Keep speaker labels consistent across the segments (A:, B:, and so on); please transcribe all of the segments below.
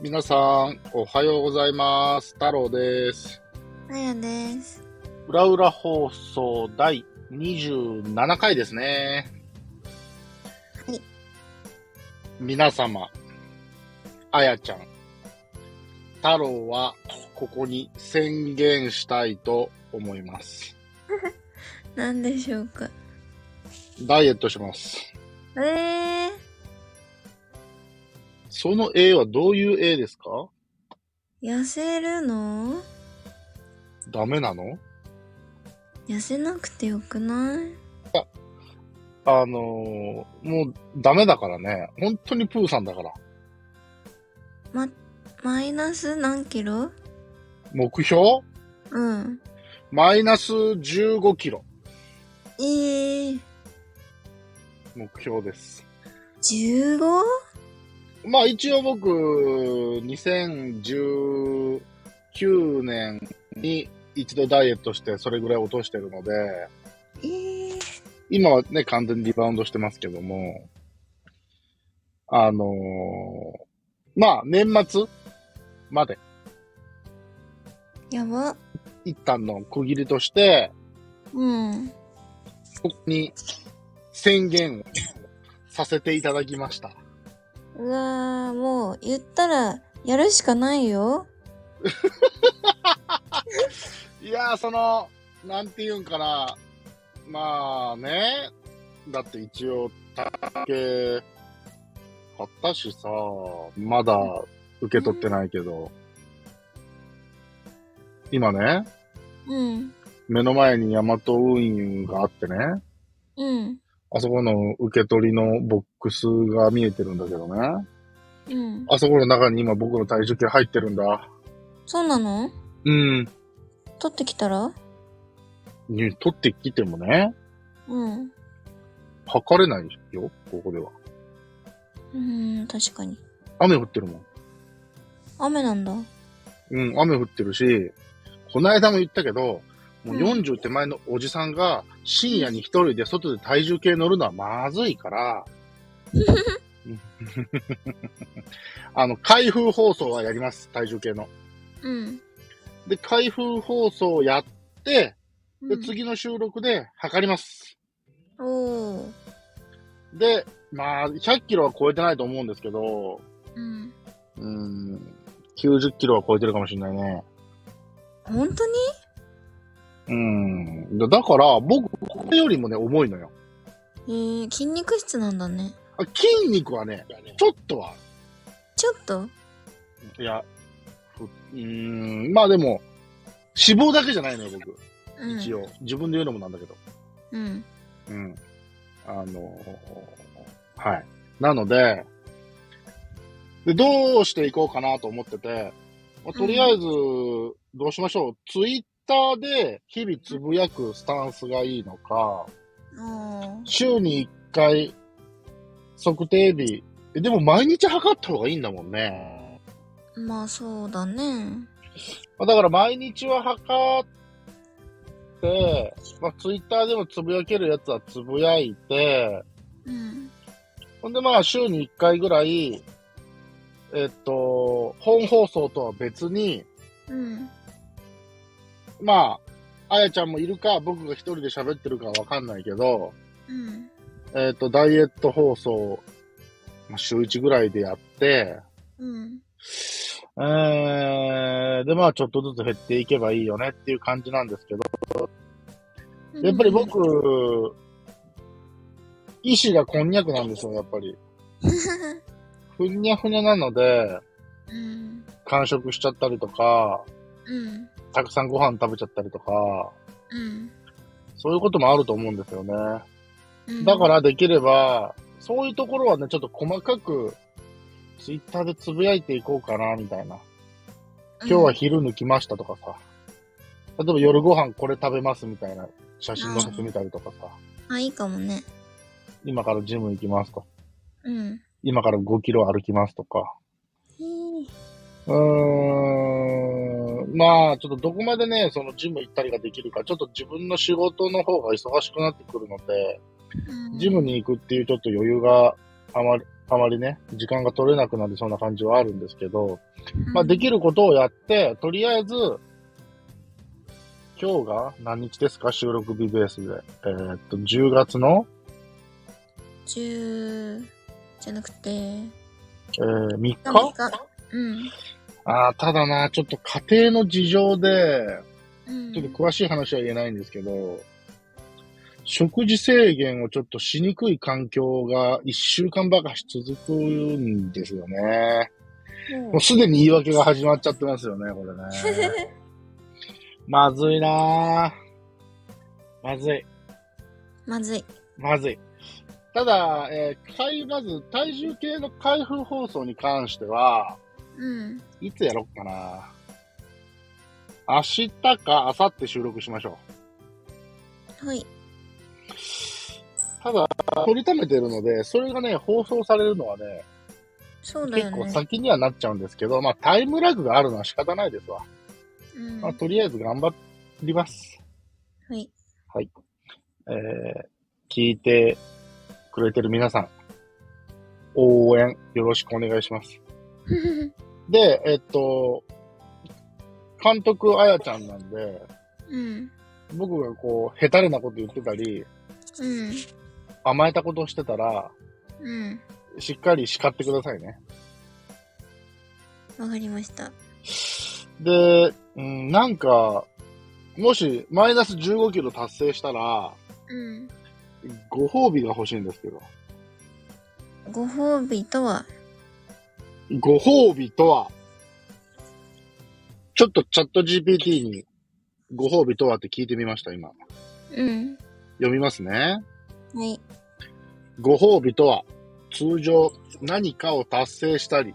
A: 皆さん、おはようございます。太郎です。
B: まやです。
A: 裏裏放送第27回ですね。
B: はい
A: 皆様、あやちゃん、太郎はここに宣言したいと思います。
B: なんでしょうか。
A: ダイエットします。
B: ええ
A: その A はどういう A ですか
B: 痩せるの
A: ダメなの
B: 痩せなくてよくない
A: あのーもうダメだからね。本当にプーさんだから。
B: ま、マイナス何キロ
A: 目標
B: うん。
A: マイナス15キロ
B: ええ
A: 目標です。
B: 15?
A: まあ一応僕、2019年に一度ダイエットしてそれぐらい落としてるので、
B: ええ
A: 今はね、完全にリバウンドしてますけども、あのーまあ年末まで
B: やば。
A: 一旦の区切りとして、
B: うん。
A: ここに宣言をさせていただきました。
B: うわー、もう言ったらやるしかないよ。
A: いやー、その、なんていうんかな、まあね、だって一応、竹、買ったしさ、まだ受け取ってないけど、今ね、
B: うん。ヤ
A: 目の前にヤマト運輸があってね、
B: うん。
A: あそこの受け取りのボックスが見えてるんだけどね、
B: うん。
A: あそこの中に今僕の体重計入ってるんだ。
B: そうなの
A: うん。
B: 取ってきたら
A: に取ってきてもね、
B: うん。
A: 測れないよ、ここでは。
B: うん、確かに。
A: 雨降ってるもん。
B: 雨なんだ。
A: うん、雨降ってるし、この間も言ったけど、もう
B: うん
A: 40手前のおじさんが深夜に一人で外で体重計乗るのはまずいから、 あの、開封放送はやります、体重計の。
B: うん。
A: で、開封放送をやって、
B: う
A: で、
B: ん、
A: 次の収録で測ります。
B: おー。
A: で、まあ、100キロは超えてないと思うんですけど、
B: うん。
A: うーん、90キロは超えてるかもしれないね。
B: 本当に
A: うん。だだから、僕、これよりもね、重いのよ。
B: えー、筋肉質なんだね。
A: あ筋肉はね、ちょっとは、
B: ちょっと
A: いや、ふうーん、まあでも、脂肪だけじゃないのよ、僕。
B: うん。
A: 一応。自分で言うのもなんだけど。
B: うん。
A: うん。あのーはい。なので、で、どうしていこうかなと思ってて、まあとりあえず、どうしましょう。ツイッターで日々つぶやくスタンスがいいのか、
B: あ
A: 週に1回、測定日。えでも毎日測った方がいいんだもんね。
B: あ。まあそうだね。
A: まあ、だから毎日は測って、まあ、ツイッターでもつぶやけるやつはつぶやいて、
B: うん。
A: ほんでまあ週に1回ぐらい、えっと、本放送とは別に、
B: うん。
A: まあ、あやちゃんもいるか、僕が一人で喋ってるかはわかんないけど、
B: うん。
A: えっと、ダイエット放送、まあ、週1ぐらいでやって、
B: うん。
A: えー、でまあちょっとずつ減っていけばいいよねっていう感じなんですけど、やっぱり僕、意志がこんにゃくなんですよ、やっぱ り。ふにゃふにゃなので、
B: うん。
A: 完食しちゃったりとか、
B: うん。
A: たくさんご飯食べちゃったりとか、
B: うん。
A: そういうこともあると思うんですよね。
B: うん。
A: だか。らできれば、そういうところはね、ちょっと細かく、ツイッターでつぶやいていこうかな、みたいな。今日は昼抜きましたとかさ。例えば夜ご飯これ食べますみたいな写真載せてみたりとかさ。
B: うん。あ、いいかもね。
A: 今からジム行きますとか。
B: うん。
A: 今から5キロ歩きますとか。
B: へー
A: うーんまあ、ちょっとどこまでね、そのジム行ったりができるか、ちょっと自分の仕事の方が忙しくなってくるので、
B: うん
A: ジムに行くっていうちょっと余裕があまり、あまりね、時間が取れなくなりそうな感じはあるんですけど、まあ、
B: うん
A: できることをやって、とりあえず、今日が何日ですか収録日ベースで。えーっと、10月の、
B: 10じゃなくて、
A: えー3日
B: 3日。うん。
A: ああ、ただな、ちょっと家庭の事情で、
B: うん
A: ちょっと詳しい話は言えないんですけど、食事制限をちょっとしにくい環境が1週間ばかし続くんですよね。もうすでに言い訳が始まっちゃってますよね、これね。まずいなぁまずい。
B: まずい。
A: まずい。ただ、えーかいまず、体重計の開封放送に関しては、
B: うん。
A: いつやろっかな明日か明後日収録しましょ
B: はい。
A: う。ただ、取りためてるので、それがね、放送されるのはね、
B: そうだよ
A: 結構
B: ね。
A: 先にはなっちゃうんですけど、まあ、タイムラグがあるのは仕方ないですわ。
B: うん。
A: まあ、
B: は
A: とりあえず頑張ります。
B: い。
A: えー聞いてくれてる皆さん、応援よろしくお願いします。で、えっと、監督あやちゃんなんで、
B: うん。
A: 僕がこう、へたれなこと言ってたり、
B: うん。
A: 甘えたことをしてたら、
B: うん。
A: しっかり叱ってくださいね。
B: わかりました。
A: で、うん、なんか、もし、マイナス15キロ達成したら、
B: うん。
A: ご褒美が欲しいんですけど。
B: ご褒美とは、
A: ご褒美とは、ちょっとチャット GPT に、ご褒美とはって聞いてみました、今。
B: うん。
A: 読みますね。
B: はい。
A: ご褒美とは、通常何かを達成したり、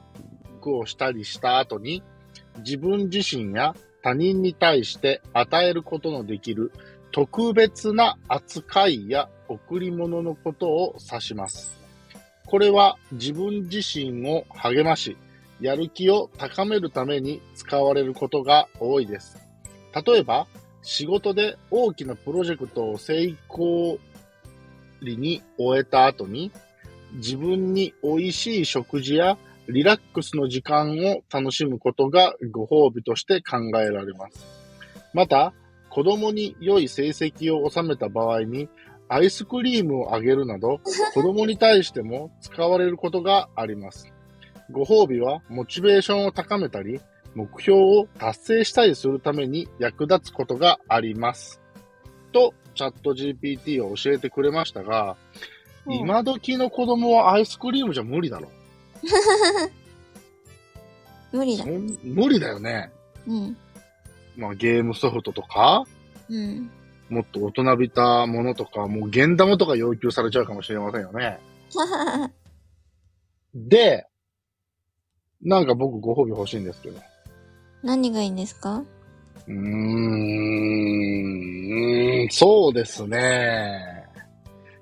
A: 苦をしたりした後に、自分自身や他人に対して与えることのできる特別な扱いや贈り物のことを指します。これは自分自身を励まし、やる気を高めるために使われることが多いです。例えば、仕事で大きなプロジェクトを成功リに終えた後に、自分に美味しい食事やリラックスの時間を楽しむことがご褒美として考えられます。また、子供に良い成績を収めた場合に、アイスクリームをあげるなど、子供に対しても使われることがあります。ご褒美はモチベーションを高めたり、目標を達成したりするために役立つことがあります。と、チャット GPT を教えてくれましたが、今時の子供はアイスクリームじゃ無理だろ。
B: 無理
A: そ
B: だ。
A: ん無理だよね。
B: うん。
A: まあゲームソフトとか、
B: うん。
A: もっと大人びたものとか、もう現玉とか要求されちゃうかもしれませんよね。
B: はははは。
A: で、なんか僕ご褒美欲しいんですけど。
B: 何がいいんですか
A: うーん、うーんそうですね。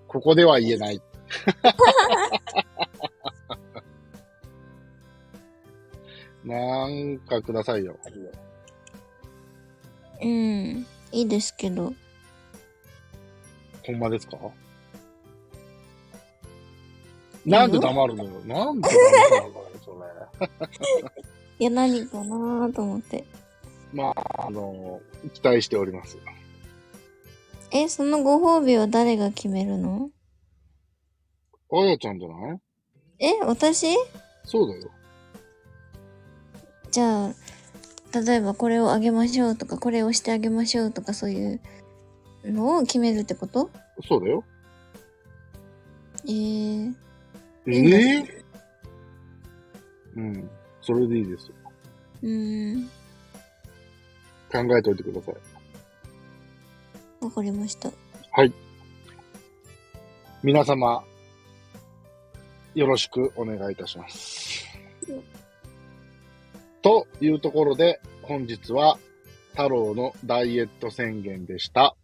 A: ここでは言えない。なんかくださいよ。
B: うん。いいですけど。
A: ほんまですかなんで黙るのよ。なんで黙るのよ、それ。
B: いや、何かなーと思って。
A: まあ、あの、期待しております。
B: え、そのご褒美は誰が決めるの
A: あやちゃんじゃない
B: え、私
A: そうだよ。
B: じゃあ、例えばこれをあげましょうとか、これをしてあげましょうとか、そういうのを決めるってこと
A: そうだよ。
B: えー、
A: え
B: いいんで
A: えうん。それでいいですよ。
B: うーん、
A: 考えておいてください。
B: わかりました。
A: 皆様、よろしくお願いいたします
B: うん。
A: というところで、本日は太郎のダイエット宣言でした。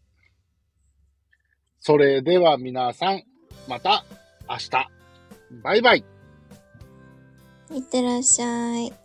A: それでは皆さん、また明日。バイバイ。
B: いってらっしゃい。